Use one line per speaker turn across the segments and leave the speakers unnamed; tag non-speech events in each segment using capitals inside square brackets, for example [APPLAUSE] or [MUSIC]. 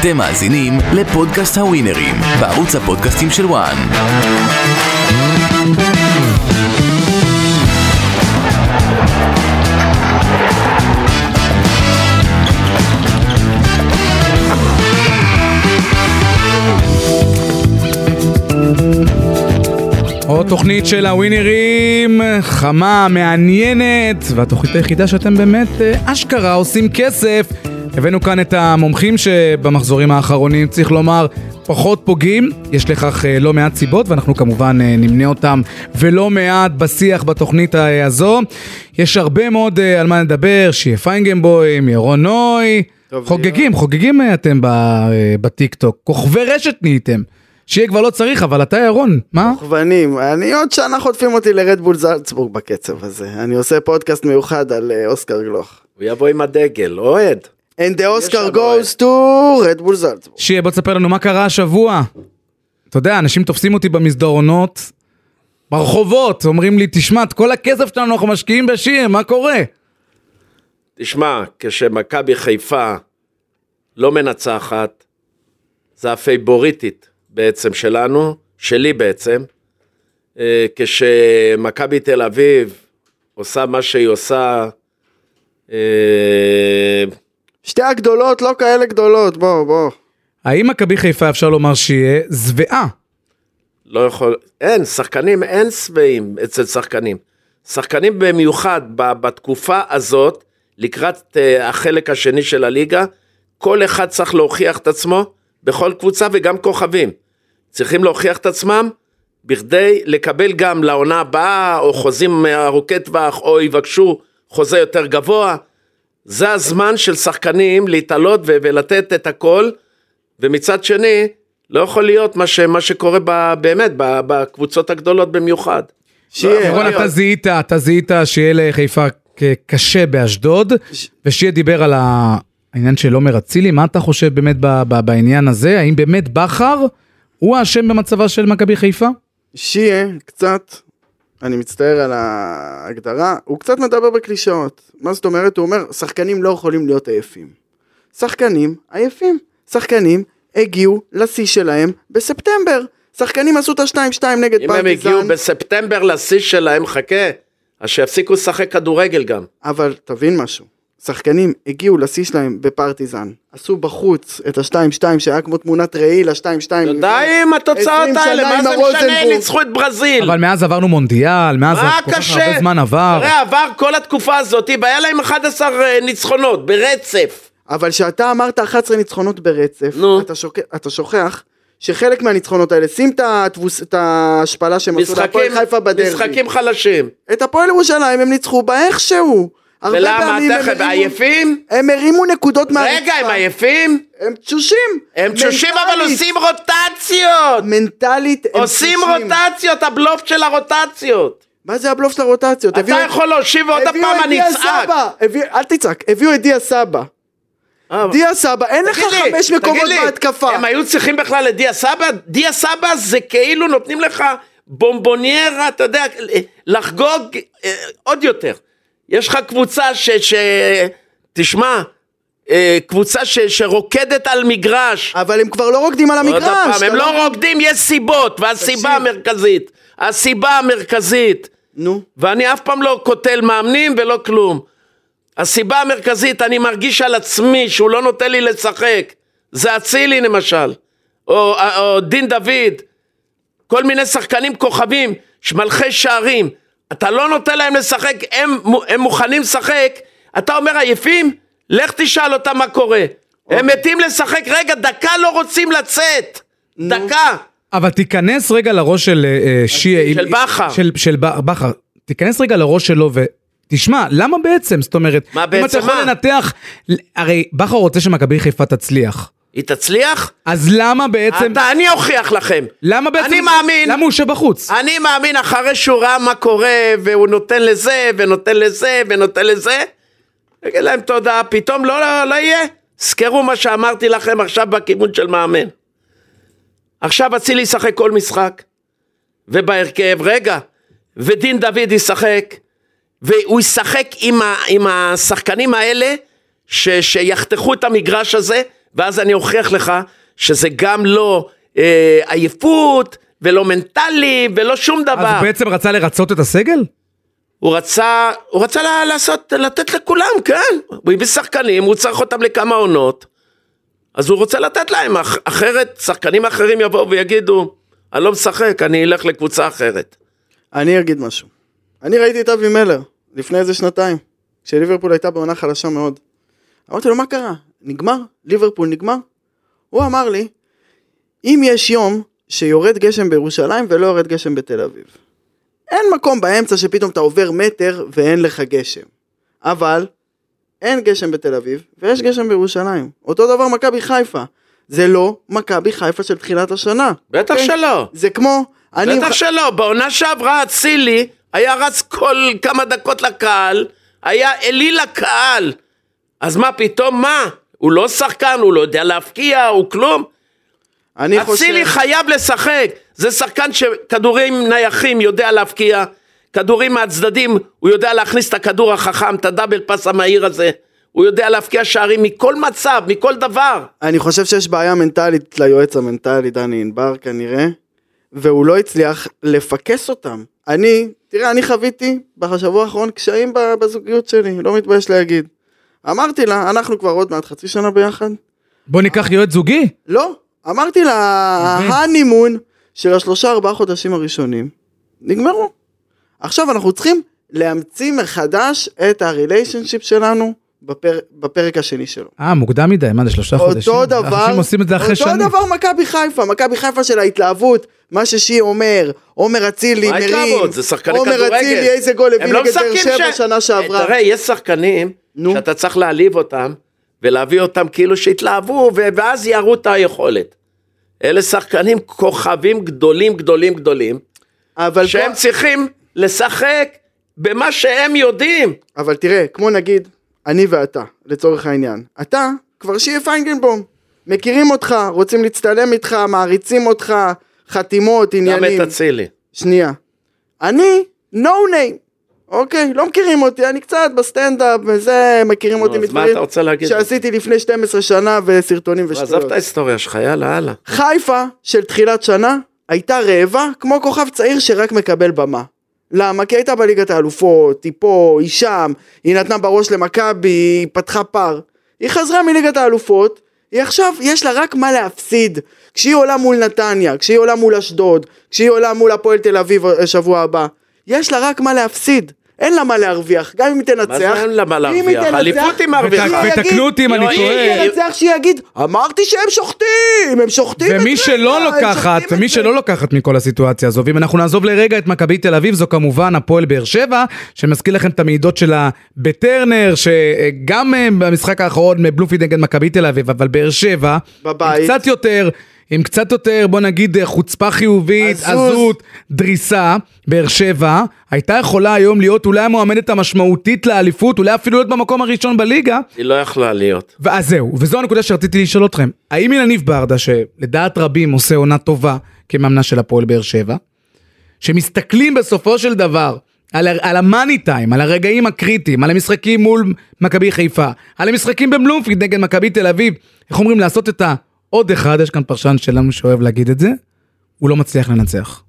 אתם מאזינים לפודקאסט הווינרים בערוץ הפודקאסטים של וואן.
עוד תוכנית של הווינרים, חמה, מעניינת, והתוכנית היחידה שאתם באמת אה, אשכרה עושים כסף. הבאנו כאן את המומחים שבמחזורים האחרונים, צריך לומר, פחות פוגעים. יש לכך אה, לא מעט סיבות, ואנחנו כמובן אה, נמנה אותם ולא מעט בשיח בתוכנית אה, הזו. יש הרבה מאוד אה, על מה לדבר, שיהיה פיינגנבוים, ירון נוי.
טוב, זה
חוגגים, חוגגים אה, אתם ב- אה, בטיקטוק. כוכבי רשת נהייתם. שיהיה כבר לא צריך, אבל אתה ירון, מה?
מוכוונים, אני עוד שנה חוטפים אותי לרדבול זלצבורג בקצב הזה, אני עושה פודקאסט מיוחד על אה, אוסקר גלוך.
הוא יבוא עם הדגל, אוהד.
And the Oscar
לנו אה,
goes to רדבול זלצבורג.
שיהיה בוא תספר לנו מה קרה השבוע. אתה יודע, אנשים תופסים אותי במסדרונות, ברחובות, אומרים לי, תשמע, את כל הכסף שלנו אנחנו משקיעים בשיר, מה קורה?
תשמע, כשמכבי חיפה לא מנצחת, זה הפייבוריטית בעצם שלנו, שלי בעצם. אה, כשמכבי תל אביב עושה מה שהיא עושה, אה,
שתי הגדולות לא כאלה גדולות, בוא בוא.
האם מכבי חיפה אפשר לומר שיהיה שבעה?
לא יכול, אין, שחקנים, אין שבעים אצל שחקנים. שחקנים במיוחד ב- בתקופה הזאת, לקראת אה, החלק השני של הליגה, כל אחד צריך להוכיח את עצמו בכל קבוצה וגם כוכבים. צריכים להוכיח את עצמם בכדי לקבל גם לעונה הבאה, או חוזים אה, ארוכי טווח, או יבקשו חוזה יותר גבוה. זה הזמן של שחקנים להתעלות ו- ולתת את הכל, ומצד שני, לא יכול להיות מה, ש, מה שקורה ב, באמת ב, בקבוצות הגדולות במיוחד. כן, לא,
שיהיה.
ירון, נכון, אתה זיהית, אתה זיהית שיהיה לחיפה כ- קשה באשדוד, ושיהיה דיבר על ה- העניין של עומר אצילי, מה אתה חושב באמת ב- ב- בעניין הזה? האם באמת בכר הוא האשם במצבה של מכבי חיפה?
שיה קצת, אני מצטער על ההגדרה, הוא קצת מדבר בקלישאות. מה זאת אומרת? הוא אומר, שחקנים לא יכולים להיות עייפים. שחקנים עייפים. שחקנים הגיעו לשיא שלהם בספטמבר. שחקנים עשו את ה-2-2 נגד
אם הם הגיעו בספטמבר לשיא שלהם, חכה, אז שיפסיקו לשחק כדורגל גם.
אבל תבין משהו, שחקנים הגיעו לשיא שלהם בפרטיזן, עשו בחוץ את ה-2-2 שהיה כמו תמונת ראי ל-2-2.
די עם התוצאות האלה, מה זה משנה, ניצחו את ברזיל.
אבל מאז עברנו מונדיאל, מאז
כן. מה
כל כך
קשה?
הרבה זמן עבר.
הרי עבר כל התקופה הזאת, והיה להם 11 ניצחונות ברצף.
אבל כשאתה אמרת 11 ניצחונות ברצף,
נו.
אתה, שוק... אתה שוכח שחלק מהניצחונות האלה, שים את התבוס- את ההשפלה שהם עשו
משחקים,
להפועל חיפה בדרבי.
משחקים חלשים.
את הפועל ירושלים הם ניצחו באיכשהו. הרבה
ולמה,
פעמים הם
תכף,
הרימו-
עייפים?
הם הרימו נקודות מהרצפה.
רגע, הם עייפים?
הם תשושים.
הם תשושים אבל
מנטלית-
עושים רוטציות!
מנטלית הם
עושים
תשושים.
רוטציות, הבלוף של הרוטציות.
מה זה הבלוף של הרוטציות?
אתה
הביאו-
יכול להושיב ועוד
הביאו
פעם
את
אני
דיה
אצעק.
סבא, הביא- אל תצעק, הביאו את דיה סבא.
אה,
דיה סבא, אין לך
תגיד לי,
חמש
תגיד
מקומות
לי,
בהתקפה.
הם היו צריכים בכלל את דיה סבא? דיה סבא זה כאילו נותנים לך בומבוניירה, אתה יודע, לחגוג אה, עוד יותר. יש לך קבוצה ש... ש... תשמע, אה, קבוצה ש, שרוקדת על מגרש.
אבל הם כבר לא רוקדים על
עוד
המגרש.
פעם, הם
אתה
לא רוקדים, יש סיבות, והסיבה
תקשיב.
המרכזית, הסיבה המרכזית,
נו,
ואני אף פעם לא קוטל מאמנים ולא כלום. הסיבה המרכזית, אני מרגיש על עצמי שהוא לא נותן לי לשחק. זה אצילי למשל, או, אה, או דין דוד, כל מיני שחקנים כוכבים, שמלכי שערים. אתה לא נותן להם לשחק, הם, מו- הם מוכנים לשחק, אתה אומר עייפים? לך תשאל אותם מה קורה. הם מתים לשחק, רגע, דקה לא רוצים לצאת. דקה.
אבל תיכנס רגע לראש של אה, אה, שיה.
של
אם-
בכר.
של, של ב- בכר. תיכנס רגע לראש שלו ותשמע, למה בעצם? זאת אומרת,
מה
אם אתה
בעצם
יכול
מה?
לנתח, ל- הרי בכר רוצה שמכבי חיפה תצליח.
היא תצליח?
אז למה בעצם,
אתה, אני אוכיח לכם.
למה בעצם,
אני מאמין.
למה הוא יושב בחוץ?
אני מאמין אחרי שהוא ראה מה קורה, והוא נותן לזה, ונותן לזה, ונותן לזה, יגיד להם תודה, פתאום לא, לא, לא יהיה. זכרו מה שאמרתי לכם עכשיו בכיוון של מאמן. עכשיו אצילי ישחק כל משחק, ובהרכב, רגע, ודין דוד ישחק, והוא ישחק עם, ה, עם השחקנים האלה, ש, שיחתכו את המגרש הזה, ואז אני אוכיח לך שזה גם לא אה, עייפות, ולא מנטלי, ולא שום
אז
דבר.
הוא בעצם רצה לרצות את הסגל?
הוא רצה, הוא רצה לה- לעשות, לתת לכולם, כן. הוא הביא שחקנים, הוא צריך אותם לכמה עונות. אז הוא רוצה לתת להם, אח- אחרת שחקנים אחרים יבואו ויגידו, אני לא משחק, אני אלך לקבוצה אחרת.
אני אגיד משהו. אני ראיתי את אבי מלר לפני איזה שנתיים, כשליברפול הייתה בעונה חלשה מאוד. אמרתי לו, מה קרה? נגמר? ליברפול נגמר? הוא אמר לי, אם יש יום שיורד גשם בירושלים ולא יורד גשם בתל אביב. אין מקום באמצע שפתאום אתה עובר מטר ואין לך גשם. אבל אין גשם בתל אביב ויש גשם בירושלים. אותו דבר מכבי חיפה. זה לא מכבי חיפה של תחילת השנה.
בטח
אוקיי?
שלא.
זה כמו... אני
בטח
מח-
שלא, בעונה שעברה אצילי היה רץ כל כמה דקות לקהל, היה אליל לקהל. אז מה פתאום, מה? הוא לא שחקן, הוא לא יודע להפקיע, הוא כלום.
אני חושב...
אצילי חייב לשחק, זה שחקן שכדורים נייחים יודע להבקיע, כדורים מהצדדים הוא יודע להכניס את הכדור החכם, את הדאבל פס המהיר הזה, הוא יודע להבקיע שערים מכל מצב, מכל דבר.
אני חושב שיש בעיה מנטלית ליועץ המנטלי דני ענבר כנראה, והוא לא הצליח לפקס אותם. אני, תראה, אני חוויתי בשבוע האחרון קשיים ב- בזוגיות שלי, לא מתבייש להגיד. אמרתי לה, אנחנו כבר עוד מעט חצי שנה ביחד.
בוא ניקח יועץ זוגי?
לא, אמרתי לה, ההנימון של השלושה ארבעה חודשים הראשונים, נגמרו. עכשיו אנחנו צריכים להמציא מחדש את הריליישנשיפ שלנו בפר... בפרק השני שלו.
אה, מוקדם מדי, מה זה שלושה חודשים?
אותו דבר,
אנשים עושים את זה אחרי שנים.
אותו דבר מכבי חיפה, מכבי חיפה של ההתלהבות, מה ששי אומר, עומר אצילי
מה
מרים,
ההתלהבות? זה שחקני
עומר
כדורגל.
אצילי איזה גול
הם
הביא
לא
נגד באר
משחקים
שבע
ש-
שנה שעברה,
תראה, יש שחקנים
נו.
שאתה צריך להעליב אותם, ולהביא אותם כאילו שהתלהבו, ו- ואז יראו את היכולת. אלה שחקנים כוכבים גדולים גדולים גדולים,
אבל,
שהם
פה-
צריכים לשחק במה שהם יודעים.
אבל תראה, כמו נגיד, אני ואתה, לצורך העניין, אתה כבר שיהיה פיינגנבום, מכירים אותך, רוצים להצטלם איתך, מעריצים אותך, חתימות,
גם
עניינים,
את אצילי.
שנייה. אני, נו ניים. אוקיי, לא מכירים אותי, אני קצת בסטנדאפ וזה, מכירים
נו,
אותי
אז מה אתה רוצה להגיד?
שעשיתי לפני 12 שנה וסרטונים
עזוב את
ושטויות.
ההיסטוריה שלך, יאללה, הלאה.
חיפה של תחילת שנה הייתה רעבה כמו כוכב צעיר שרק מקבל במה. למה? כי הייתה בליגת האלופות, היא פה, היא שם, היא נתנה בראש למכבי, היא פתחה פער. היא חזרה מליגת האלופות, היא עכשיו, יש לה רק מה להפסיד. כשהיא עולה מול נתניה, כשהיא עולה מול אשדוד, כשהיא עולה מול הפועל תל אביב אה, שבוע הבא, יש לה רק מה להפסיד. אין לה מה להרוויח, גם אם היא תנצח.
מה זה אין לה מה
אם היא
להרוויח?
תנצח-
אליפות היא מרוויחה.
היא
ותקנו
יגיד-
אותי אם אני
יואי,
טועה.
יואי,
מנצח שיגיד, אמרתי שהם שוחטים, הם שוחטים
ומי
זה, לא,
שלא
הם
לוקחת,
שוחטים
ומי
את זה."
שלא לוקחת מכל הסיטואציה הזו, ואם אנחנו נעזוב לרגע את מכבי תל אביב, זו כמובן הפועל באר שבע, שמזכיר לכם את המעידות שלה בטרנר, שגם אה, במשחק האחרון אה, בלומפילד נגד מכבי תל אביב, אבל באר שבע,
בבית.
עם קצת יותר, עם קצת יותר, בוא נגיד, אה, חוצפה חיובית,
עזוז.
עזות, דריסה, באר שבע, הייתה יכולה היום להיות אולי המועמדת המשמעותית לאליפות, אולי אפילו להיות במקום הראשון בליגה,
היא לא יכלה להיות.
ואז זהו, וזו הנקודה שרציתי לשאול אתכם. האם אילניב ברדה, שלדעת רבים עושה עונה טובה כמאמנה של הפועל באר שבע, שמסתכלים בסופו של דבר על, ה- על המאני טיים, על הרגעים הקריטיים, על המשחקים מול מכבי חיפה, על המשחקים בבלומפילד נגד מכבי תל אביב, איך אומרים לעשות את העוד אחד, יש כאן פרשן שלנו שאוהב להגיד את זה, הוא לא מצליח לנצח.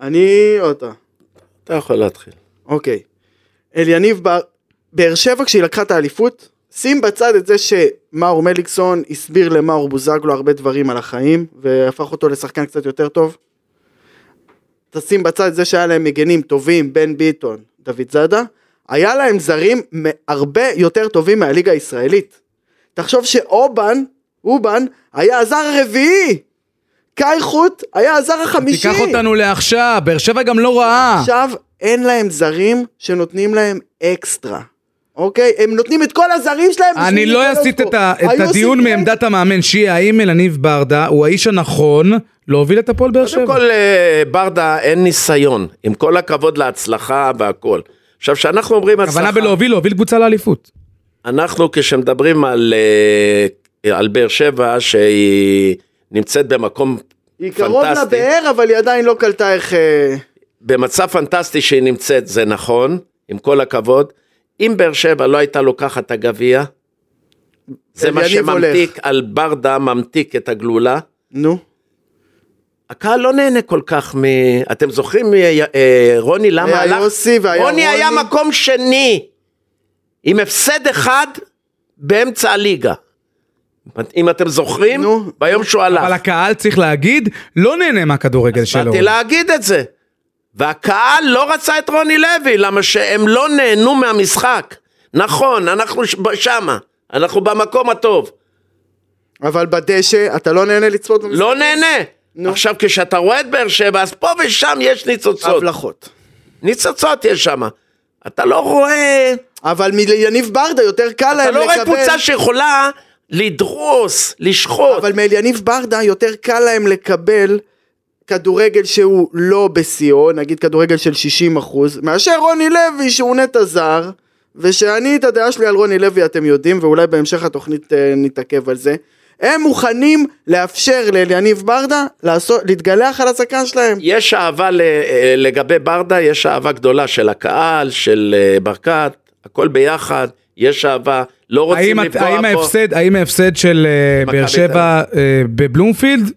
אני אותה.
אתה יכול להתחיל.
אוקיי. אליניב בר... באר שבע כשהיא לקחה את האליפות, שים בצד את זה שמאור מליקסון הסביר למאור בוזגלו הרבה דברים על החיים, והפך אותו לשחקן קצת יותר טוב. תשים בצד את זה שהיה להם מגנים טובים, בן ביטון, דוד זאדה, היה להם זרים מ- הרבה יותר טובים מהליגה הישראלית. תחשוב שאובן, אובן, היה הזר הרביעי! קאי חוט היה הזר החמישי!
תיקח אותנו לעכשיו, באר שבע גם לא רעה.
עכשיו אין להם זרים שנותנים להם אקסטרה. אוקיי? הם נותנים את כל הזרים שלהם.
אני
בשביל
לא
לגלות
אסיט
פה.
את, ה- את
היו
הדיון
עושים
מעמדת המאמן שיעי, האם אלניב ברדה הוא האיש הנכון להוביל את הפועל באר שבע?
קודם כל, אה, ברדה, אין ניסיון. עם כל הכבוד להצלחה והכל. עכשיו, כשאנחנו אומרים
הכוונה
הצלחה, אה.
בלהוביל, להוביל קבוצה לאליפות.
אנחנו כשמדברים על אה, על באר שבע, שהיא נמצאת במקום
היא קרוב
פנטסטי,
לבאר, אבל היא עדיין לא קלטה איך... אה,
במצב פנטסטי שהיא נמצאת, זה נכון, עם כל הכבוד. אם באר שבע לא הייתה לוקחת את הגביע, זה מה
אליניב
שממתיק על ברדה, ממתיק את הגלולה.
נו,
הקהל לא נהנה כל כך מ... אתם זוכרים, אה, אה, רוני, למה
היה
הלך?
יוסי והיה
רוני היה
רוני.
מקום שני, עם הפסד אחד באמצע הליגה. אם אתם זוכרים,
נו.
ביום שהוא הלך.
אבל הקהל צריך להגיד, לא נהנה מהכדורגל שלו.
באתי להגיד את זה. והקהל לא רצה את רוני לוי, למה שהם לא נהנו מהמשחק. נכון, אנחנו ש- שמה, אנחנו במקום הטוב.
אבל בדשא אתה לא נהנה לצפות במשחק.
לא נהנה.
נו.
עכשיו, כשאתה רואה את באר שבע, אז פה ושם יש ניצוצות.
הבלחות.
ניצוצות יש שם. אתה לא רואה...
אבל מיניב ברדה יותר קל
אתה
להם
לא רואה
לקבל-
קבוצה שיכולה לדרוס, לשחוט.
אבל מאליניב ברדה יותר קל להם לקבל כדורגל שהוא לא בשיאו, נגיד כדורגל של 60 אחוז, מאשר רוני לוי שהוא נטע זר, ושאני את הדעה שלי על רוני לוי אתם יודעים, ואולי בהמשך התוכנית אה, נתעכב על זה. הם מוכנים לאפשר לאליניב ברדה לעשות, להתגלח על הזקן שלהם.
יש אהבה ל- אה, לגבי ברדה, יש אהבה גדולה של הקהל, של אה, ברקת, הכל ביחד, יש אהבה, לא רוצים
האם,
לפגוע פה.
האם, ההפסד, האם ההפסד של אה,
מכבי
באר שבע אה, בבלומפילד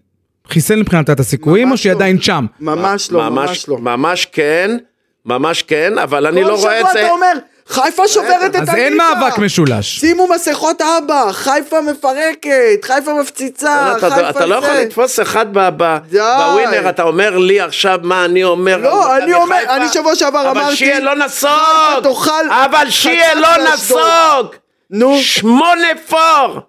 חיסל מבחינתה את הסיכויים, או
ממש
שהיא
לא.
עדיין שם?
ממש לא, ממש לא.
ממש כן, ממש כן, אבל אני לא רואה את
כל שבוע
זה.
אתה אומר, חיפה שוברת את הליגה.
אז אין מאבק משולש.
שימו מסכות אבא, חיפה מפרקת, חיפה מפציצה,
אתה-
חיפה
אתה- אתה לא יכול
זה.
לתפוס אחד ב- ב-
די.
בווינר, אתה אומר לי עכשיו מה אני אומר. על
לא,
מכבי
אני אומר,
חיפה,
אני שבוע שעבר
אבל
אמרתי,
שיהיה לא נסוג!
חיפה תאכל
אבל שיהיה
חצץ
לא
מאשדוד.
נסוג!
נו,
שמונה פור!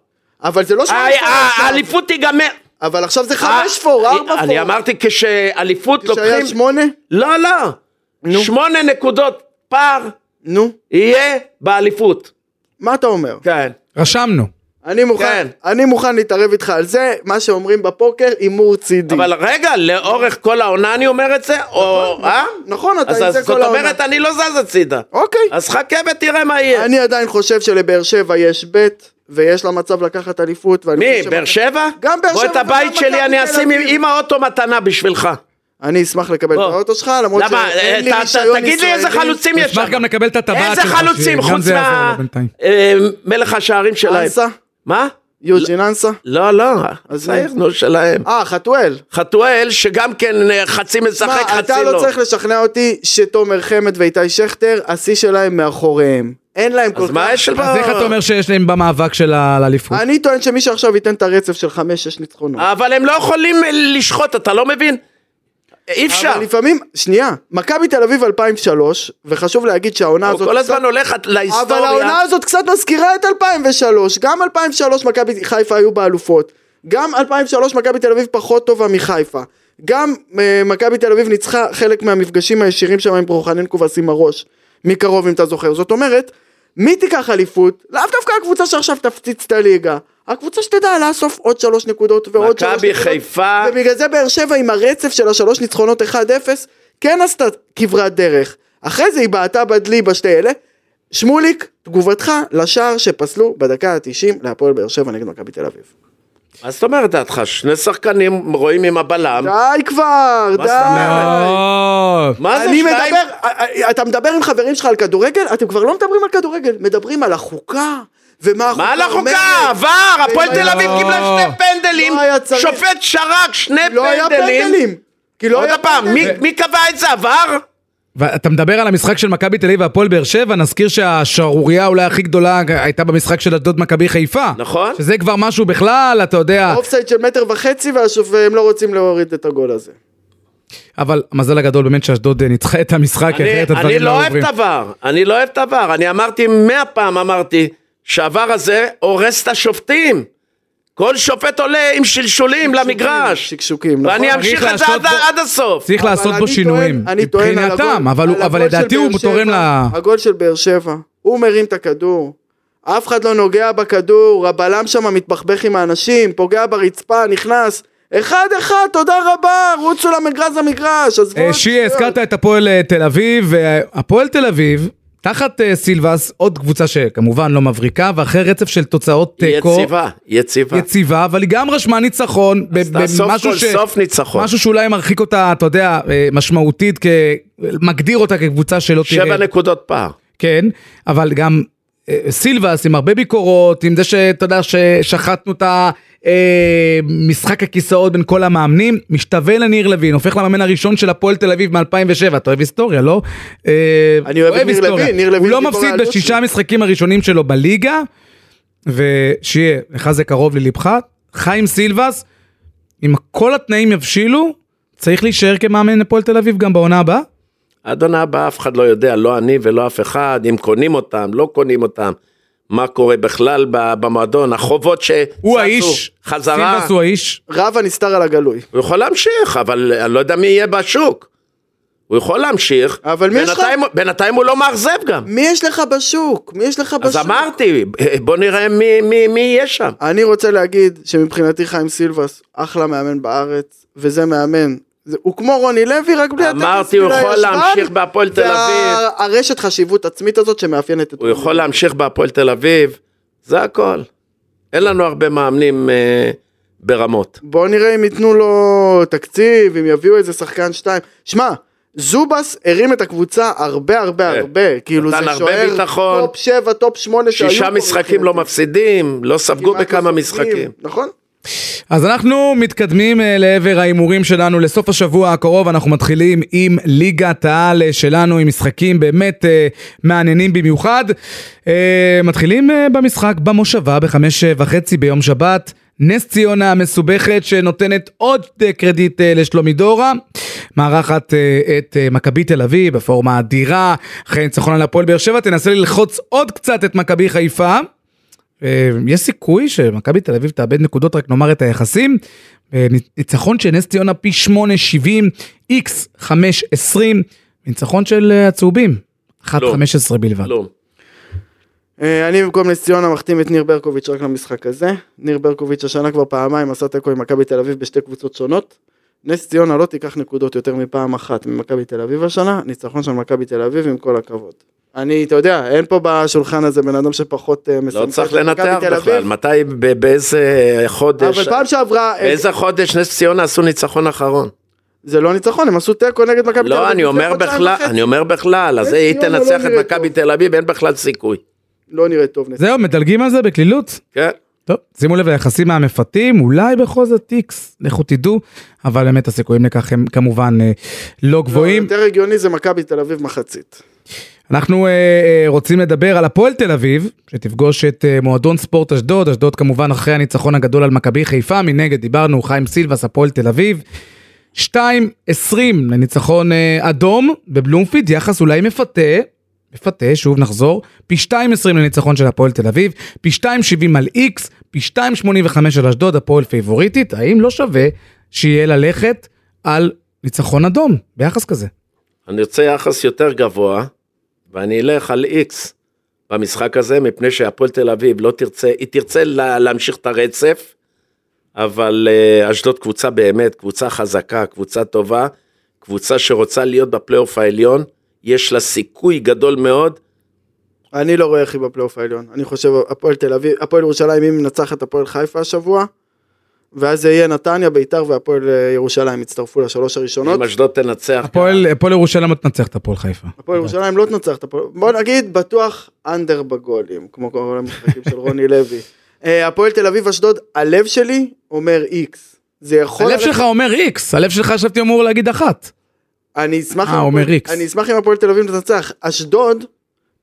אבל זה לא
ה-
שמונה
ה-
פור עכשיו,
האליפות תיגמר.
אבל עכשיו זה חמש פור, ארבע פור.
אה, אני אמרתי כשאליפות
שהיה
לוקחים...
שמונה?
לא, לא. שמונה נקודות פער
נו,
יהיה באליפות.
מה אתה אומר?
כן.
רשמנו.
אני מוכן,
כן.
אני מוכן להתערב איתך על זה, מה שאומרים בפוקר, הימור צידי.
אבל רגע, לאורך כל העונה אני אומר את זה? או... אה?
נכון, אתה
אז
עם
אז
זה
זאת
כל העונה.
אומרת, אני לא זז הצידה.
אוקיי.
אז חכה ותראה מה יהיה.
אני עדיין חושב שלבאר שבע יש בית, ויש לה מצב לקחת אליפות, ואני
מי,
חושב
באר שבע?
גם באר
בוא
שבע
את הבית
וגם
שלי,
מכבי
אני
תל
אשים עם-
אביב.
עם האוטו מתנה בשבילך.
אני אשמח לקבל את
בוא.
האוטו שלך, למרות
למה? אה,
שאין לי
אתה- אתה-
רישיון ישראלי.
תגיד לי איזה חלוצים יש
נשמח
שם.
גם לקבל את הטבעת
איזה
שלך, שגם
חלוצים, חוץ
זה יעזור לו
מה-
בינתיים.
אה, מלך השערים שלהם.
אנסה?
מה?
יוג'ין אנסה?
לא, לא,
אז
צעיר,
מי?
נו, שלהם.
אה, חתואל.
חתואל, שגם כן אה, חצי משחק,
מה,
חצי
אתה
לא.
לא צריך לשכנע אותי שתומר חמד ואיתי שכטר, השיא שלהם מאחוריהם. אין להם כל
אז מה יש לך?
אז איך אתה אומר שיש להם במאבק של ה- על האליפות?
אני טוען שמי שעכשיו ייתן את הרצף של חמש-שש ניצחונות.
אבל הם לא יכולים לשחוט, אתה לא מבין? אי אפשר.
אבל לפעמים, שנייה, מכבי תל אביב 2003, וחשוב להגיד שהעונה
הוא
הזאת...
כל
קצת-
הזמן הולך להיסטוריה.
אבל העונה הזאת קצת מזכירה את 2003, גם 2003 מכבי חיפה היו באלופות, גם 2003 מכבי תל אביב פחות טובה מחיפה, גם אה, מכבי תל אביב ניצחה חלק מהמפגשים הישירים שם עם ברוכננקו ואשים הראש, מקרוב אם אתה זוכר, זאת אומרת, מי תיקח אליפות? לאו דווקא הקבוצה שעכשיו תפציץ את הליגה, הקבוצה שתדע לאסוף עוד שלוש נקודות ועוד שלוש נקודות,
מכבי חיפה,
ובגלל זה באר שבע עם הרצף של השלוש ניצחונות 1-0 כן עשתה כברת דרך. אחרי זה היא בעטה בדלי בשתי אלה. שמוליק, תגובתך לשער שפסלו בדקה ה-90 להפועל באר שבע נגד מכבי תל אביב.
מה זאת אומרת דעתך? שני שחקנים רואים עם הבלם.
די כבר, די.
מה זאת
לא.
מה זה
אני
שתיים?
מדבר, אה, אתה מדבר עם חברים שלך על כדורגל? אתם כבר לא מדברים על כדורגל, מדברים על החוקה. ומה החוקה
מה על
אומרת.
החוקה? עבר! הפועל תל אביב
לא.
קיבלה שני פנדלים,
לא היה צריך.
שופט שרק שני
לא היה
פנדלים.
פנדלים. כי לא
עוד
היה
פעם, מי-
פנדלים.
מי קבע את זה? עבר?
ואתה מדבר על המשחק של מכבי תל אביב והפועל באר שבע, נזכיר שהשערורייה אולי הכי גדולה הייתה במשחק של אשדוד מכבי חיפה.
נכון.
שזה כבר משהו בכלל, אתה יודע.
אופסייד של מטר וחצי והשופ- והם לא רוצים להוריד את הגול הזה.
אבל המזל הגדול באמת שאשדוד אה, ניצחה את המשחק, כי
אני
אחרת הדברים
אני
לא
לא אוהב
עוברים.
את עבר. אני לא אוהב את עבר. אני אמרתי מאה פעם, אמרתי, שהעבר הזה הורס את השופטים. כל שופט עולה עם שלשולים למגרש.
שקשוקים, נכון?
ואני אמשיך
צריך
את זה
לעשות
עד
פה-
עד הסוף.
צריך
אבל
לעשות
אני
בו
טוען-
שינויים.
אני טוען על הגול.
מבחינתם, אבל הוא-
על
אבל
הגול
לדעתי
של
הוא
באר
תורם
שבע.
ל...
הגול של באר שבע, הוא מרים את הכדור. אף אחד לא נוגע בכדור, הבלם שם מתבחבך עם האנשים, פוגע ברצפה, נכנס. אחד אחד, תודה רבה, רוצו למגרז המגרש, עזבו.
אה,
את
שיהיה,
השטויות.
הזכרת את הפועל אה, תל אביב, והפועל תל אביב, תחת אה, סילבס, עוד קבוצה שכמובן לא מבריקה, ואחרי רצף של תוצאות תיקו,
יציבה, יציבה.
יציבה, אבל היא גם רשמה ניצחון, ב-
אז תאסוף
במשהו
כל
ש-
סוף ניצחון.
משהו שאולי מרחיק אותה, אתה יודע, אה, משמעותית, כ- מגדיר אותה כקבוצה שלא תראה.
שבע נקודות פער.
כן, אבל גם אה, סילבס עם הרבה ביקורות, עם זה שאתה יודע ששחטנו את המשחק הכיסאות בין כל המאמנים, משתווה לניר לוין, הופך למאמן הראשון של הפועל תל אביב מ-2007, אתה אוהב היסטוריה, לא? אה,
אני אוהב את ניר
היסטוריה.
לוין, ניר לוין
הוא לא
גיבור
מפסיד
העלות
בשישה
שלי.
המשחקים הראשונים שלו בליגה, ושיהיה, לך זה קרוב ללבך, חיים סילבס, אם כל התנאים יבשילו, צריך להישאר כמאמן הפועל תל אביב גם בעונה הבאה.
עד עונה הבאה אף אחד לא יודע, לא אני ולא אף אחד, אם קונים אותם, לא קונים אותם, מה קורה בכלל ב- במועדון, החובות שצצו
הוא האיש,
חזרה,
סילבס הוא האיש.
רב הנסתר על הגלוי.
הוא יכול להמשיך, אבל אני לא יודע מי יהיה בשוק. הוא יכול להמשיך,
אבל מי יש לך?
בינתיים, בינתיים הוא לא מאכזב גם.
מי יש לך בשוק? מי יש לך בשוק?
אז אמרתי, בוא נראה מי, מי, מי יהיה שם.
אני רוצה להגיד שמבחינתי חיים סילבס אחלה מאמן בארץ, וזה מאמן. זה, הוא כמו רוני לוי, רק בלי הטקס,
אמרתי, הוא
בלי
יכול
הישבן,
להמשיך בהפועל תל
וה-
אביב.
הרשת חשיבות עצמית הזאת שמאפיינת את
הוא יכול להמשיך בהפועל תל אביב, זה הכל. אין לנו הרבה מאמנים אה, ברמות.
בוא נראה אם ייתנו לו תקציב, אם יביאו איזה שחקן שתיים. שמע, זובס הרים את הקבוצה הרבה הרבה
כן.
הרבה. כאילו זה
נתן הרבה
שוער
ביטחון.
טופ 7, טופ 8 שהיו
שישה
פה
משחקים לא
מבחינתי.
מפסידים, לא ספגו
כמעט
בכמה
לא סופגים,
משחקים.
נכון?
אז אנחנו מתקדמים אה, לעבר ההימורים שלנו לסוף השבוע הקרוב, אנחנו מתחילים עם ליגת העל אה, שלנו, עם משחקים באמת אה, מעניינים במיוחד. אה, מתחילים אה, במשחק במושבה בחמש אה, וחצי ביום שבת. נס ציונה המסובכת שנותנת עוד אה, קרדיט אה, לשלומי דורה, מארחת אה, את אה, מכבי תל אביב בפורמה אדירה, אחרי ניצחון על הפועל באר שבע, תנסה ללחוץ עוד קצת את מכבי חיפה. אה, יש סיכוי שמכבי תל אביב תאבד נקודות, רק נאמר את היחסים. אה, ניצחון של נס ציונה פי 8.70, איקס 5.20, ניצחון של אה, הצהובים, 1.15
לא.
בלבד.
כלום.
אה, אני במקום נס ציונה מחתים את ניר ברקוביץ' רק למשחק הזה. ניר ברקוביץ' השנה כבר פעמיים עשה תיקו עם מכבי תל אביב בשתי קבוצות שונות. נס ציונה לא תיקח נקודות יותר מפעם אחת ממכבי תל אביב השנה, ניצחון של מכבי תל אביב עם כל הכבוד. אני, אתה יודע, אין פה בשולחן הזה בן אדם שפחות אה,
לא
מסמפק את
צריך
מכבי
לנתח
תל אביב.
בכלל, מתי, ב- באיזה חודש,
אבל פעם שעברה, אה,
באיזה חודש נס ציונה עשו ניצחון אחרון.
זה לא ניצחון, הם עשו תיקו נגד מכבי תל אביב.
לא, אני
לפני
אומר
חודשיים
בכלל,
וחצי.
אני אומר בכלל, אז
נס
היא
ציונה לא
תנצח את
נראית
מכבי
טוב.
תל אביב, אין בכלל סיכוי.
לא נראה טוב נס.
זהו, מדלגים על זה בקלילות.
כן.
טוב, שימו לב ליחסים המפתים, אולי בכל זאת איקס, לכו תדעו, אבל באמת הסיכויים לכך הם כמובן אה, לא גבוהים.
יותר הגיוני זה מכבי תל אביב מחצית.
אנחנו אה, אה, רוצים לדבר על הפועל תל אביב, שתפגוש את אה, מועדון ספורט אשדוד, אשדוד כמובן אחרי הניצחון הגדול על מכבי חיפה, מנגד דיברנו חיים סילבס, הפועל תל אביב. 2-20 לניצחון אה, אדום בבלומפילד, יחס אולי מפתה, מפתה, שוב נחזור, פי 2.20 לניצחון של הפועל תל אביב, פי 2.70 על איקס, פי 2.85 של אשדוד, הפועל פייבוריטית, האם לא שווה שיהיה ללכת על ניצחון אדום ביחס כזה?
אני רוצה יחס יותר גבוה, ואני אלך על איקס במשחק הזה, מפני שהפועל תל אביב לא תרצה, היא תרצה לה, להמשיך את הרצף, אבל אה, אשדוד קבוצה באמת, קבוצה חזקה, קבוצה טובה, קבוצה שרוצה להיות בפלייאוף העליון, יש לה סיכוי גדול מאוד,
אני לא רואה איך היא בפלייאוף העליון. אני חושב הפועל תל אביב, הפועל ירושלים, אם מנצחת הפועל חיפה השבוע, ואז זה יהיה נתניה, ביתר והפועל אה, ירושלים יצטרפו לשלוש הראשונות.
אם אשדוד תנצח.
הפועל הפועל ירושלים לא תנצח את הפועל חיפה.
הפועל ירושלים לא תנצח את הפועל, בוא נגיד בטוח אנדר בגולים, כמו כל המשחקים של רוני לוי. אה, הפועל תל אביב אשדוד, הלב שלי אומר איקס. זה יכול...
הלב
ללכת-
שלך אומר איקס, הלב שלך חשבתי אמור להגיד אחת.
אני אשמח...
אה,
אם
אומר
הפועל-
איקס.
אני אשמח אם הפועל תל אביב תנצח. אשדוד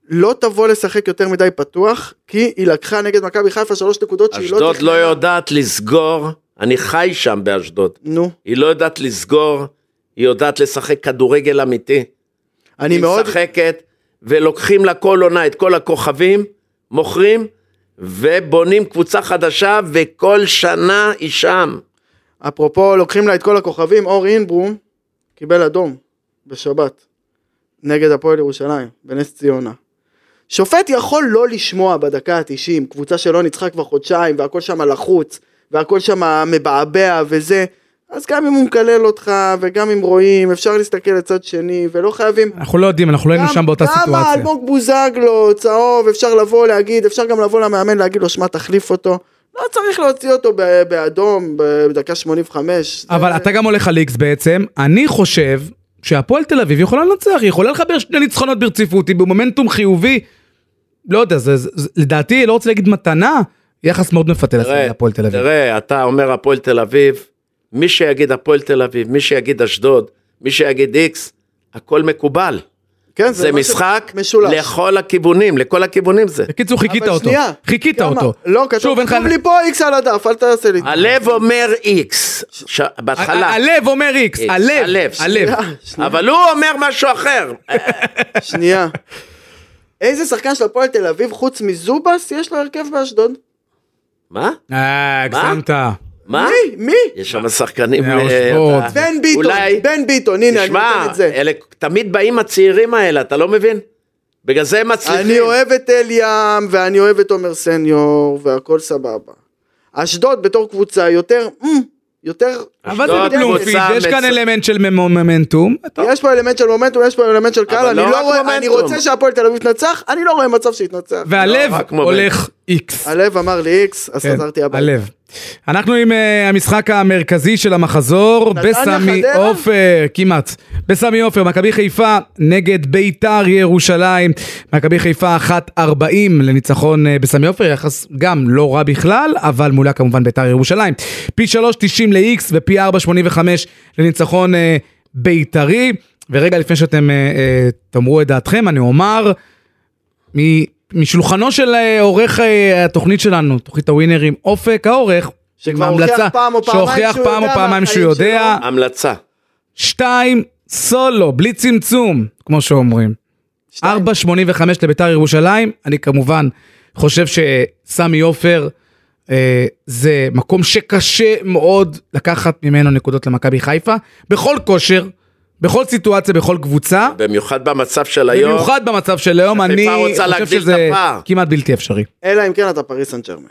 לא תבוא לשחק יותר מדי פתוח, כי היא לקחה נגד מכבי חיפה שלוש נקודות שהיא לא...
אשדוד לא
תכננה.
יודעת לסגור, אני חי שם באשדוד,
נו.
היא לא יודעת לסגור, היא יודעת לשחק כדורגל אמיתי.
אני מאוד...
היא משחקת, ולוקחים לה כל עונה את כל הכוכבים, מוכרים, ובונים קבוצה חדשה, וכל שנה היא שם.
אפרופו, לוקחים לה את כל הכוכבים, אור אינברום קיבל אדום בשבת נגד הפועל ירושלים, בנס ציונה. שופט יכול לא לשמוע בדקה ה-90, קבוצה שלא ניצחה כבר חודשיים, והכל שם לחוץ, והכל שם מבעבע וזה, אז גם אם הוא מקלל אותך, וגם אם רואים, אפשר להסתכל לצד שני, ולא חייבים...
אנחנו לא יודעים, אנחנו לא היינו
גם-
שם באותה
גם
סיטואציה.
האלמוג בוזגלו, צהוב, אפשר לבוא להגיד, אפשר גם לבוא למאמן להגיד לו, שמע, תחליף אותו. לא צריך להוציא אותו ב- באדום, בדקה 85. זה-
אבל אתה גם הולך על איקס בעצם, אני חושב שהפועל תל אביב יכולה לנצח, היא יכולה לחבר שני ניצחונות ברציפות, היא במומנטום חיובי. לא יודע, זה, זה, זה, לדעתי, לא רוצה להגיד מתנה, יחס מאוד מפתה
תראה,
לעצמי הפועל תל אביב.
תראה, אתה אומר הפועל תל אביב, מי שיגיד הפועל תל אביב, מי שיגיד אשדוד, מי שיגיד איקס, הכל מקובל.
כן,
זה
מה ש-
משחק
משולש.
לכל הכיוונים, לכל הכיוונים זה.
בקיצור, חיכית
אבל
אותו.
שנייה,
חיכית
כמה?
אותו.
לא,
שוב,
כתוב
אין לך-
כתוב לי פה איקס על הדף, אל תעשה לי.
הלב אומר איקס, ש- בהתחלה.
ה- ה- הלב אומר איקס,
איקס,
הלב,
הלב.
הלב.
שנייה,
אבל הוא אומר משהו אחר.
שנייה. איזה שחקן של הפועל תל אביב חוץ מזובס יש לו הרכב באשדוד?
מה?
אה, הגזמת.
מה?
מי? מי?
יש שם שחקנים...
אה,
אה,
אושפורט.
אתה-
בן ביטון,
אולי-
בן ביטון, הנה אני
תשמע,
נותן את זה.
אלה תמיד באים הצעירים האלה, אתה לא מבין? בגלל זה הם מצליחים.
אני אוהב את אליאם, ואני אוהב את עומר סניור, והכל סבבה. אשדוד בתור קבוצה יותר, אמ, יותר,
אבל
אשדוד,
זה בלומפיד,
לא, קבוצה
יש כאן
מצ-
אלמנט של ממו- מומנטום. טוב,
יש פה אלמנט של מומנטום, יש פה אלמנט של קהל,
אבל
אני
לא
לא
רק
רואה,
מומנטום.
אני רוצה שהפועל תל אביב תנצח, אני לא רואה מצב שיתנצח.
והלב
רק מומנטום.
הולך איקס.
לא, הלב אמר לי איקס, אז חזרתי הביתה.
כן. הלב. אנחנו עם אה, המשחק המרכזי של המחזור
נתניה,
בסמי
חדרה?
עופר, כמעט. בסמי עופר, מכבי חיפה נגד ביתר ירושלים. מכבי חיפה 1.40 לניצחון אה, בסמי עופר, יחס גם לא רע בכלל, אבל מולה כמובן ביתר ירושלים. פי 3.90 ל-X ופי 4.85 לניצחון אה, בית"רי. ורגע לפני שאתם אה, אה, תאמרו את דעתכם, אני אומר... מ- משולחנו של אה, עורך אה, התוכנית שלנו, תוכנית הווינרים, אופק העורך,
שכבר
עם
הוכיח
ההמלצה-
פעם או פעמיים
שהוכיח
שהוא
פעם או
יודע
פעמיים
מהחיים
שהוא יודע,
המלצה.
שתיים, סולו, בלי צמצום, כמו שאומרים. 4.85
שתיים.
לביתר ירושלים, אני כמובן חושב שסמי עופר אה, זה מקום שקשה מאוד לקחת ממנו נקודות למכבי חיפה, בכל כושר, בכל סיטואציה, בכל קבוצה.
במיוחד במצב של היום.
במיוחד במצב של היום,
שחיפה
אני
רוצה
חושב
להגדיל את
שזה
הפער.
כמעט בלתי אפשרי.
אלא אם כן אתה פריס סן ג'רמן.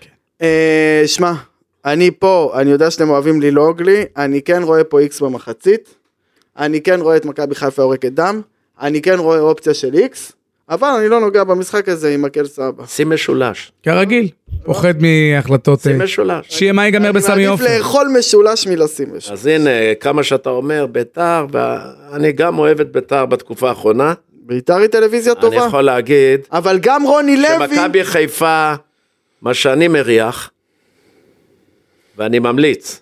כן.
אה, שמע, אני פה, אני יודע שאתם אוהבים ללעוג לי, אני כן רואה פה איקס במחצית, אני כן רואה את מכבי חיפה יורקת דם, אני כן רואה אופציה של איקס, אבל אני לא נוגע במשחק הזה עם מקל סבא.
שים משולש.
כרגיל, פוחד מהחלטות,
כן.
שים
אה,
משולש.
שיהיה מה ייגמר
אני
בסמי
מעדיף
עופר.
לאכול משולש מלשים משולש.
אז הנה, כמה שאתה אומר, ביתר, ואני גם אוהב את ביתר בתקופה האחרונה.
בית"ר היא טלוויזיה
אני
טובה,
יכול להגיד
אבל גם רוני לוי,
שמכבי חיפה, מה שאני מריח, ואני ממליץ,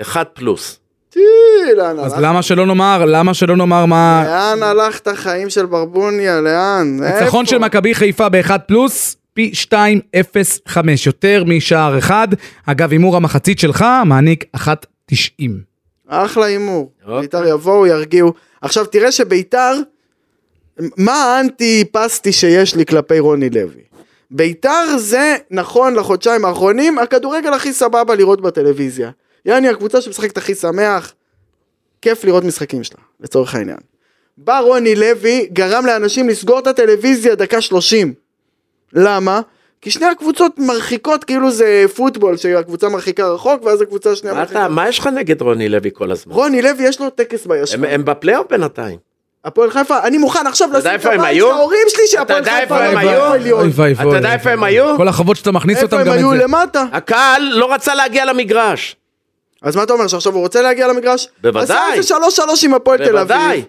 אחד פלוס.
טי, לאן
אז
הלכת?
למה שלא נאמר, למה שלא נאמר מה...
לאן הלכת חיים של ברבוניה, לאן?
ניצחון
אה, איפה?
של מכבי חיפה באחד פלוס, פי 2.05, יותר משער אחד. אגב, הימור המחצית שלך מעניק 1.90.
אחלה הימור.
אוקיי.
ביתר יבואו, ירגיעו. עכשיו תראה שביתר, מה האנטי פסטי שיש לי כלפי רוני לוי? ביתר זה, נכון לחודשיים האחרונים, הכדורגל הכי סבבה לראות בטלוויזיה. יעני הקבוצה שמשחקת הכי שמח, כיף לראות משחקים שלה, לצורך העניין. בא רוני לוי, גרם לאנשים לסגור את הטלוויזיה דקה שלושים. למה? כי שני הקבוצות מרחיקות כאילו זה פוטבול שהקבוצה מרחיקה רחוק ואז הקבוצה השנייה
מה
מרחיקה
אתה, מה יש לך נגד רוני לוי כל הזמן?
רוני לוי יש לו טקס
הם-
בישבן.
הם בפלייאוף בינתיים.
הפועל חיפה, אני מוכן עכשיו
יודע
לשים את
איפה הם
הבית של
היו?
ההורים שלי שהפועל
יודע
חיפה
איפה הם
לא
היו?
בפלייאוף העליון.
אוי ואבוי.
אתה יודע איפה הם היו?
כל החובות שאתה מכניס אותם
איפה
גם
הם היו
את זה.
למטה?
הקהל לא רצה להגיע למגרש.
אז מה אתה אומר שעכשיו הוא רוצה להגיע למגרש?
בוודאי.
עשה איזה שלוש שלוש עם הפועל לא תל אביב.
בוודאי.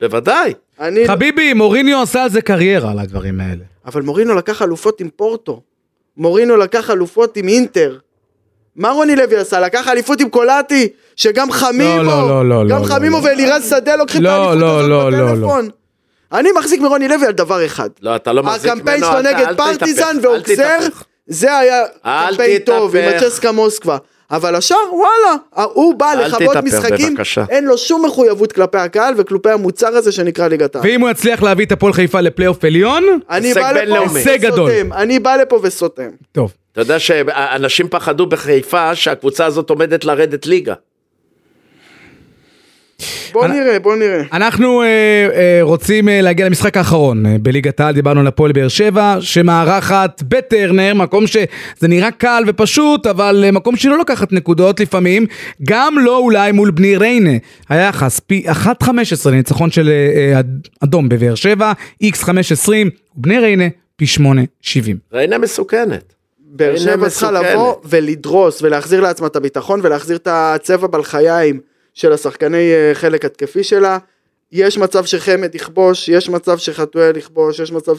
בוודאי.
אני-
חביבי, מוריניו עשה על זה קריירה, על הדברים האלה.
אבל מורינו לקח אלופות עם פורטו. מורינו לקח אלופות עם אינטר. מה רוני לוי עשה? לקח אליפות עם קולטי, שגם חמימו,
לא, לא, לא,
גם
לא,
חמימו
לא.
ואלירז שדה לוקחים
לא,
את האליפות
לא,
הזאת
לא, לא, לא.
בטלפון. אני מחזיק מרוני לוי על דבר אחד.
לא, אתה לא מחזיק ממנו.
הקמפיין שלו
אתה-
נגד
אל
פרטיזן
תתהפך, אל
ואוקסר,
תתהפך.
זה היה
אל
קמפיין טוב עם
תתהפך.
הצ'סקה מוסקבה. אבל השאר, וואלה, הוא בא
אל
לכבות
תתהפך,
משחקים,
בבקשה.
אין לו שום מחויבות כלפי הקהל וכלפי המוצר הזה שנקרא ליגת העל.
ואם הוא יצליח להביא את הפועל חיפה לפלייאוף עליון,
אני
הישג
בא לפה
בינלאומי.
הישג גדול.
וסותם, אני בא לפה וסותם.
טוב.
אתה יודע שאנשים פחדו בחיפה שהקבוצה הזאת עומדת לרדת ליגה.
בוא
אני-
נראה, בוא נראה.
אנחנו אה, אה, רוצים אה, להגיע למשחק האחרון אה, בליגת העל, דיברנו על הפועל באר שבע, שמארחת בטרנר, מקום שזה נראה קל ופשוט, אבל אה, מקום שלא לוקחת נקודות לפעמים, גם לא אולי מול בני ריינה. היחס פי 1.15 לניצחון של אה, אה, אד- אדום בבאר שבע, x5.20, בני ריינה פי 8.70.
ריינה מסוכנת.
באר
הנה
שבע צריכה
מסוכנת.
לבוא ולדרוס ולהחזיר לעצמה את הביטחון ולהחזיר את הצבע בלחיים של השחקני אה, חלק התקפי שלה. יש מצב שחמד יכבוש, יש מצב שחתואל יכבוש, יש מצב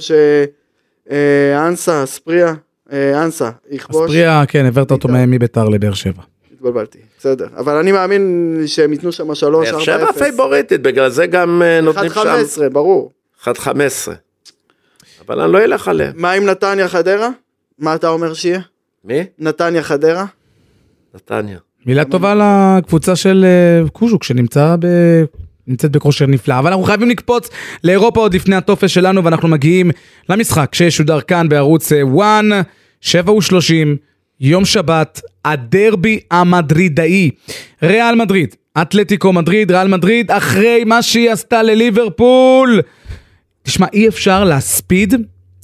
שאנסה, אספריה, אה, אנסה
אז
יכבוש.
פריה, כן, הבאת אותו
בית"ר.
מביתר לבאר שבע.
התבלבלתי, בסדר. אבל אני מאמין שהם ייתנו שם 3, 4, 0.
באר שבע פייבוריטית, בגלל זה גם אה, נותנים שם
1-15, ברור.
1-15. אבל אני לא אלך עליהם.
מה עם נתניה חדרה? מה אתה אומר שיהיה?
מי?
נתניה חדרה?
נתניה.
מילה טובה לקבוצה של אה, קוז'וק שנמצא ב... נמצאת בכושר נפלא, אבל אנחנו חייבים לקפוץ לאירופה עוד לפני הטופס שלנו ואנחנו מגיעים למשחק שישודר כאן בערוץ אה, 1, 7 ו-30, יום שבת, הדרבי המדרידאי. ריאל מדריד, אתלטיקו מדריד, ריאל מדריד, אחרי מה שהיא עשתה לליברפול. תשמע, אי אפשר להספיד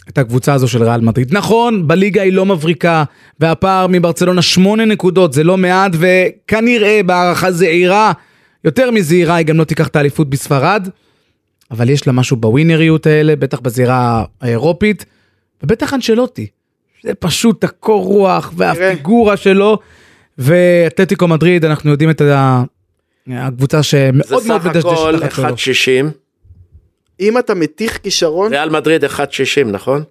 את הקבוצה הזו של ריאל מדריד. נכון, בליגה היא לא מבריקה, והפער מברצלונה שמונה נקודות, זה לא מעט, וכנראה בהערכה זעירה, יותר מזעירה, היא גם לא תיקח את האליפות בספרד, אבל יש לה משהו בווינריות האלה, בטח בזירה האירופית, ובטח אנשלוטי. זה פשוט הקור רוח והפיגורה שלו, ואתלטיקו מדריד, אנחנו יודעים את ה... הקבוצה
זה
שמאוד מאוד
סך הכל
מדשדשת תחת שלו.
1.60.
אם אתה מתיך כישרון,
ריאל מדריד 1.60 נכון?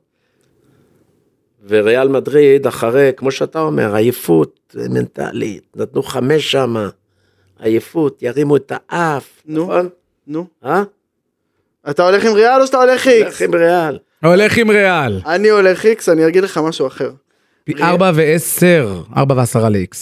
וריאל מדריד אחרי, כמו שאתה אומר, עייפות מנטלית, נתנו חמש שמה, עייפות, ירימו את האף,
נו.
נכון?
נו.
אה?
אתה הולך עם ריאל או שאתה הולך
הולך
איקס?
עם ריאל.
הולך עם ריאל.
אני הולך איקס, אני אגיד לך משהו אחר.
פי 4 ו-10, 4 ו-10 ל-X.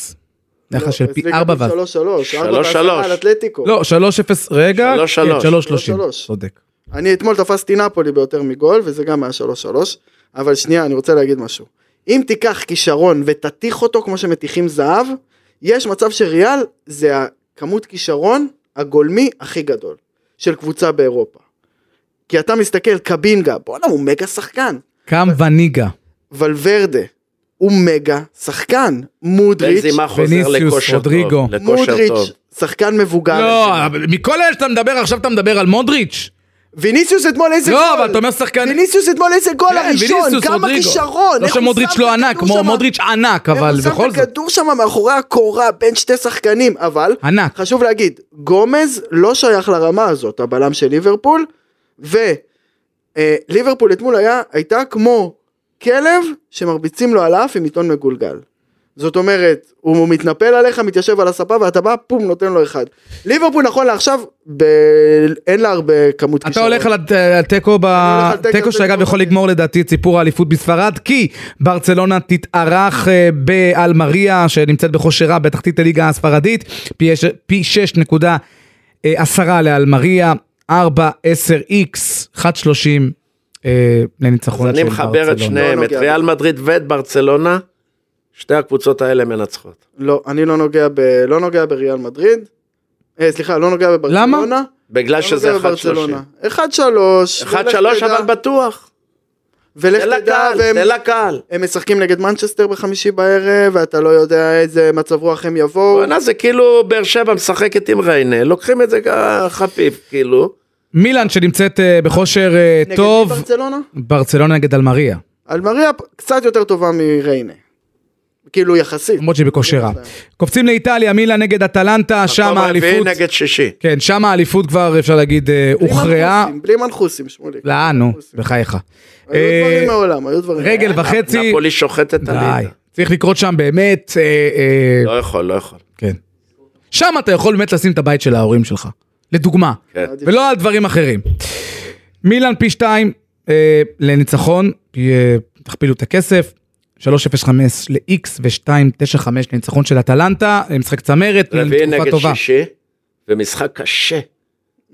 לא,
יחס של פי 4 ו...
3 3, 4
שלוש, שלוש.
על אתלטיקו.
לא, 3 0 רגע,
שלוש,
כן,
שלוש.
3 30.
שלוש.
צודק.
אני אתמול תפסתי נפולי ביותר מגול, וזה גם היה 3 3, אבל שנייה, אני רוצה להגיד משהו. אם תיקח כישרון ותתיך אותו כמו שמתיכים זהב, יש מצב שריאל זה הכמות כישרון הגולמי הכי גדול של קבוצה באירופה. כי אתה מסתכל, קבינגה, בואנה הוא מגה שחקן.
קם
אוקיי.
וניגה.
ולוורדה, הוא מגה שחקן. מודריץ',
בנזימה חוזר
ויניסיוס,
לכושר
רודריגו.
טוב. לכושר טוב.
מודריץ', שחקן מבוגר.
לא, אבל מכל אלה שאתה מדבר, עכשיו אתה מדבר על מודריץ'.
ויניסיוס אתמול איזה
לא,
גול.
אבל אתה אומר שחקן-
ויניסיוס אתמול איזה גול
כן,
הראשון,
ויניסיוס,
כמה
רודריגו.
כישרון.
לא
איך הוא
שמודריץ'
שם את
לא ענק,
הכדור
כמו
שמה.
מודריץ' ענק,
איך
אבל בכל
הוא שם את
זאת.
הכדור שם מאחורי הקורה בין שתי שחקנים, אבל
ענק.
חשוב להגיד, גומז לא שייך לרמה הזאת, הבלם של ליברפול, וליברפול אתמול היה, הייתה כמו כלב שמרביצים לו על האף עם עיתון מגולגל. זאת אומרת, הוא מתנפל עליך, מתיישב על הספה ואתה בא, פום, נותן לו אחד. ליברפול נכון לעכשיו, ב... אין לה הרבה כמות
אתה הולך על הת- התיקו, ב-
הולך על תיקו,
תיקו שאגב
תיקו.
יכול לגמור לדעתי את סיפור האליפות בספרד, כי ברצלונה תתארח אה, באלמריה שנמצאת בכושר רע בתחתית הליגה הספרדית, פי אש- פי 6 נקודה אה, עשרה לאלמריה, 4, 10 איקס, 1, 30
אז
לניצחון
אני
של
מחבר את
ברצלונה.
שניהם,
לא
את
נוגע
ריאל מדריד ואת ברצלונה, שתי הקבוצות האלה מנצחות.
לא, אני לא נוגע, ב... לא נוגע בריאל מדריד. אה, סליחה, לא נוגע בברצלונה.
למה?
בגלל
לא
שזה
נוגע
1.30.
בברצלונה. 1-3.
1.3 אבל בטוח.
ולך
תן
תדע,
לקהל,
והם
תן לקהל.
הם משחקים נגד מנצ'סטר בחמישי בערב, ואתה לא יודע איזה מצב רוח הם יבואו.
בואנה זה כאילו באר שבע משחקת עם ריינה, לוקחים את זה חפיף כאילו.
מילאן שנמצאת אה, בכושר אה,
נגד
טוב,
מי ברצלונה?
ברצלונה נגד אלמריה.
אלמריה פ- קצת יותר טובה מריינה. כאילו יחסית.
למרות שהיא בכושר רע. קופצים לאיטליה, מילה נגד אטלנטה, שם
מקום לא, רביעי
האליפות.
נגד שישי.
כן, שם האליפות כבר אפשר להגיד אה,
בלי
הוכרעה.
מנחוסים, בלי מנחוסים, שמוליק.
לא, נו, בחייך.
היו
אה,
דברים מעולם, היו דברים.
רגל וחצי,
נפולי שוחטת
די. כן.
עליהם.
צריך לקרות שם באמת, אה, אה,
לא יכול, לא יכול.
כן. שם אתה יכול באמת לשים את הבית של ההורים שלך, לדוגמה,
כן.
ולא על דברים אחרים. מילאן פי שתיים אה, לניצחון, פי, אה, תכפילו את הכסף. 3.05 ל-X ו-2.95 לניצחון של אטלנטה, אה, משחק צמרת, מילאן
רביעי
בתקופה
נגד
טובה.
שישי, ומשחק קשה.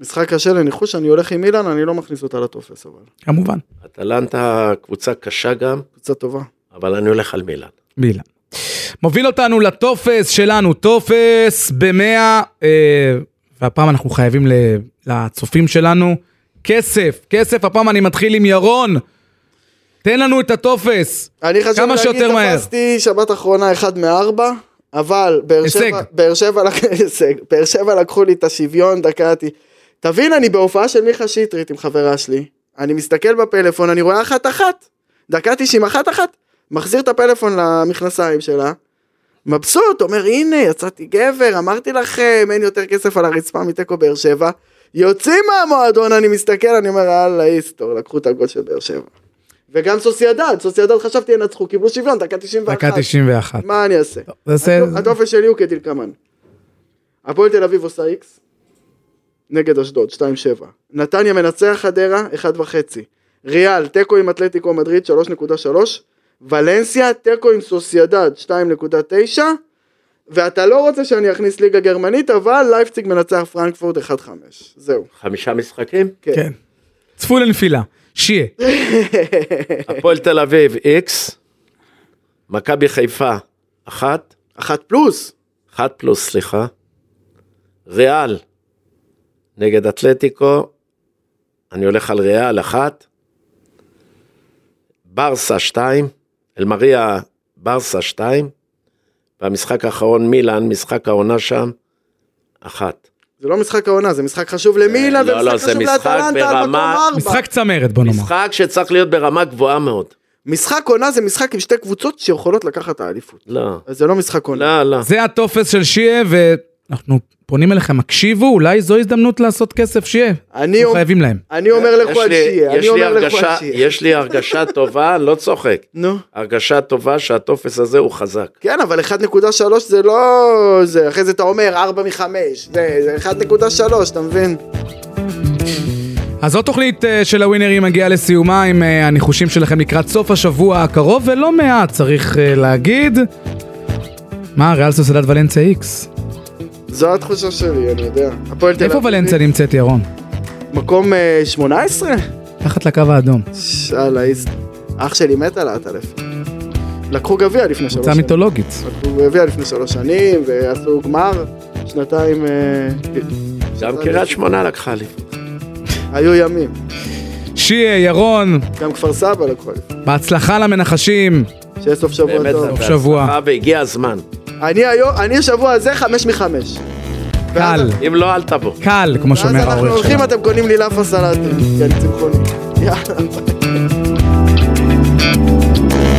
משחק קשה לניחוש, אני הולך עם אילן, אני לא מכניס אותה לטופס, אבל.
כמובן,
אטלנטה קבוצה קשה גם,
קבוצה טובה.
אבל אני הולך על מילאן.
מילאן. מוביל אותנו לטופס שלנו, טופס במאה, אה, והפעם אנחנו חייבים ל- לצופים שלנו כסף, כסף, הפעם אני מתחיל עם ירון. תן לנו את הטופס.
אני חשב
כמה שיותר מהר.
להגיד, תפסתי שבת אחרונה אחד מארבע, אבל באר
הישג.
שבע, באר שבע, לק- [LAUGHS] הישג. באר שבע לקחו לי את השוויון, דקעתי. תבין, אני בהופעה של מיכה שטרית עם חברה שלי, אני מסתכל בפלאפון, אני רואה אחת אחת, דקה 90 אחת אחת, מחזיר את הפלאפון למכנסיים שלה, מבסוט, אומר הנה, יצאתי גבר, אמרתי לכם, אין יותר כסף על הרצפה מתיקו באר שבע, יוצאים מהמועדון, אני מסתכל, אני אומר, יאללה איסטור, לקחו את הגול של באר שבע. וגם סוסיידד, סוסיידד חשבתי ינצחו, קיבלו שוויון, דקה 91.
דקה 91.
מה אני אעשה?
זה עושה-
הדופ- הדופן שלי הוא כדלקמן. הפועל תל אביב עושה איקס, נגד אשדוד, 2-7. נתניה מנצח חדרה, 1.5. ריאל, תיקו עם אתלטיקו מדריד, 3.3. ולנסיה, תיקו עם סוסיידד, 2.9. ואתה לא רוצה שאני אכניס ליגה גרמנית, אבל לייפציג מנצח פרנקפורט 1-5. זהו.
חמישה משחקים?
כן. צפו לנפילה. שיהיה.
אוקיי. הפועל תל אביב איקס, מכבי חיפה אחת,
אחת פלוס.
אחת פלוס סליחה, ריאל נגד אתלטיקו, אני הולך על ריאל אחת, ברסה שתיים, אלמריה ברסה שתיים, והמשחק האחרון מילאן, משחק העונה שם, אחת.
זה לא משחק העונה, זה משחק חשוב למילאן,
לא, לא,
ומשחק
זה
חשוב
משחק
לאטלנטה על מקום
ברמה-
ארבע.
משחק צמרת בוא נאמר.
משחק שצריך להיות ברמה גבוהה מאוד.
משחק עונה זה משחק עם שתי קבוצות שיכולות לקחת את האליפות.
לא,
אז זה לא משחק עונה.
לא, לא.
זה הטופס של שיעה ואנחנו פונים אליכם, הקשיבו, אולי זו הזדמנות לעשות כסף שיעה.
אני
אנחנו
אומר-
חייבים להם.
אני אומר
יש
לכו על
לי-
שיהיה,
יש
אני
לי
אומר לכו
הרגשה-
על שיהיה.
יש לי הרגשה טובה, אני לא צוחק.
נו.
הרגשה טובה שהטופס הזה הוא חזק.
כן, אבל 1.3 זה לא... זה, אחרי זה אתה אומר 4 מ-5, זה זה 1.3, אתה מבין?
אז זו תוכנית אה, של הווינרים מגיעה לסיומה עם אה, הניחושים שלכם לקראת סוף השבוע הקרוב, ולא מעט צריך אה, להגיד. מה, ריאל סוסיידד ולנסיה איקס?
זו התחושה שלי, אני יודע. הפועל תל אביב.
איפה ולנסיה נמצאת, ירון?
מקום אה, 18?
תחת לקו האדום.
לא שאלה, איז... אח שלי מת על האטלף. לקחו גביע לפני שלוש
קבוצה
שנים.
מיתולוגית.
לקחו גביע לפני שלוש שנים, ועשו גמר, שנתיים... אה,
גם קריית שמונה לקחה לי.
היו ימים.
שיעה, ירון,
גם כפר סבא לקחו, אליפות.
בהצלחה למנחשים.
שיהיה סוף שבוע
באמת,
טוב.
בהצלחה,
שבוע.
והגיע הזמן.
אני היום, אני השבוע הזה חמש מחמש.
קל,
ואז-
אם לא, אל תבוא.
קל, כמו
ואז
שאומר
אנחנו
העורך
הולכים,
שלנו.
אתם קונים לי לאפה סלט, כי אני צמחוני. יאללה. ביי.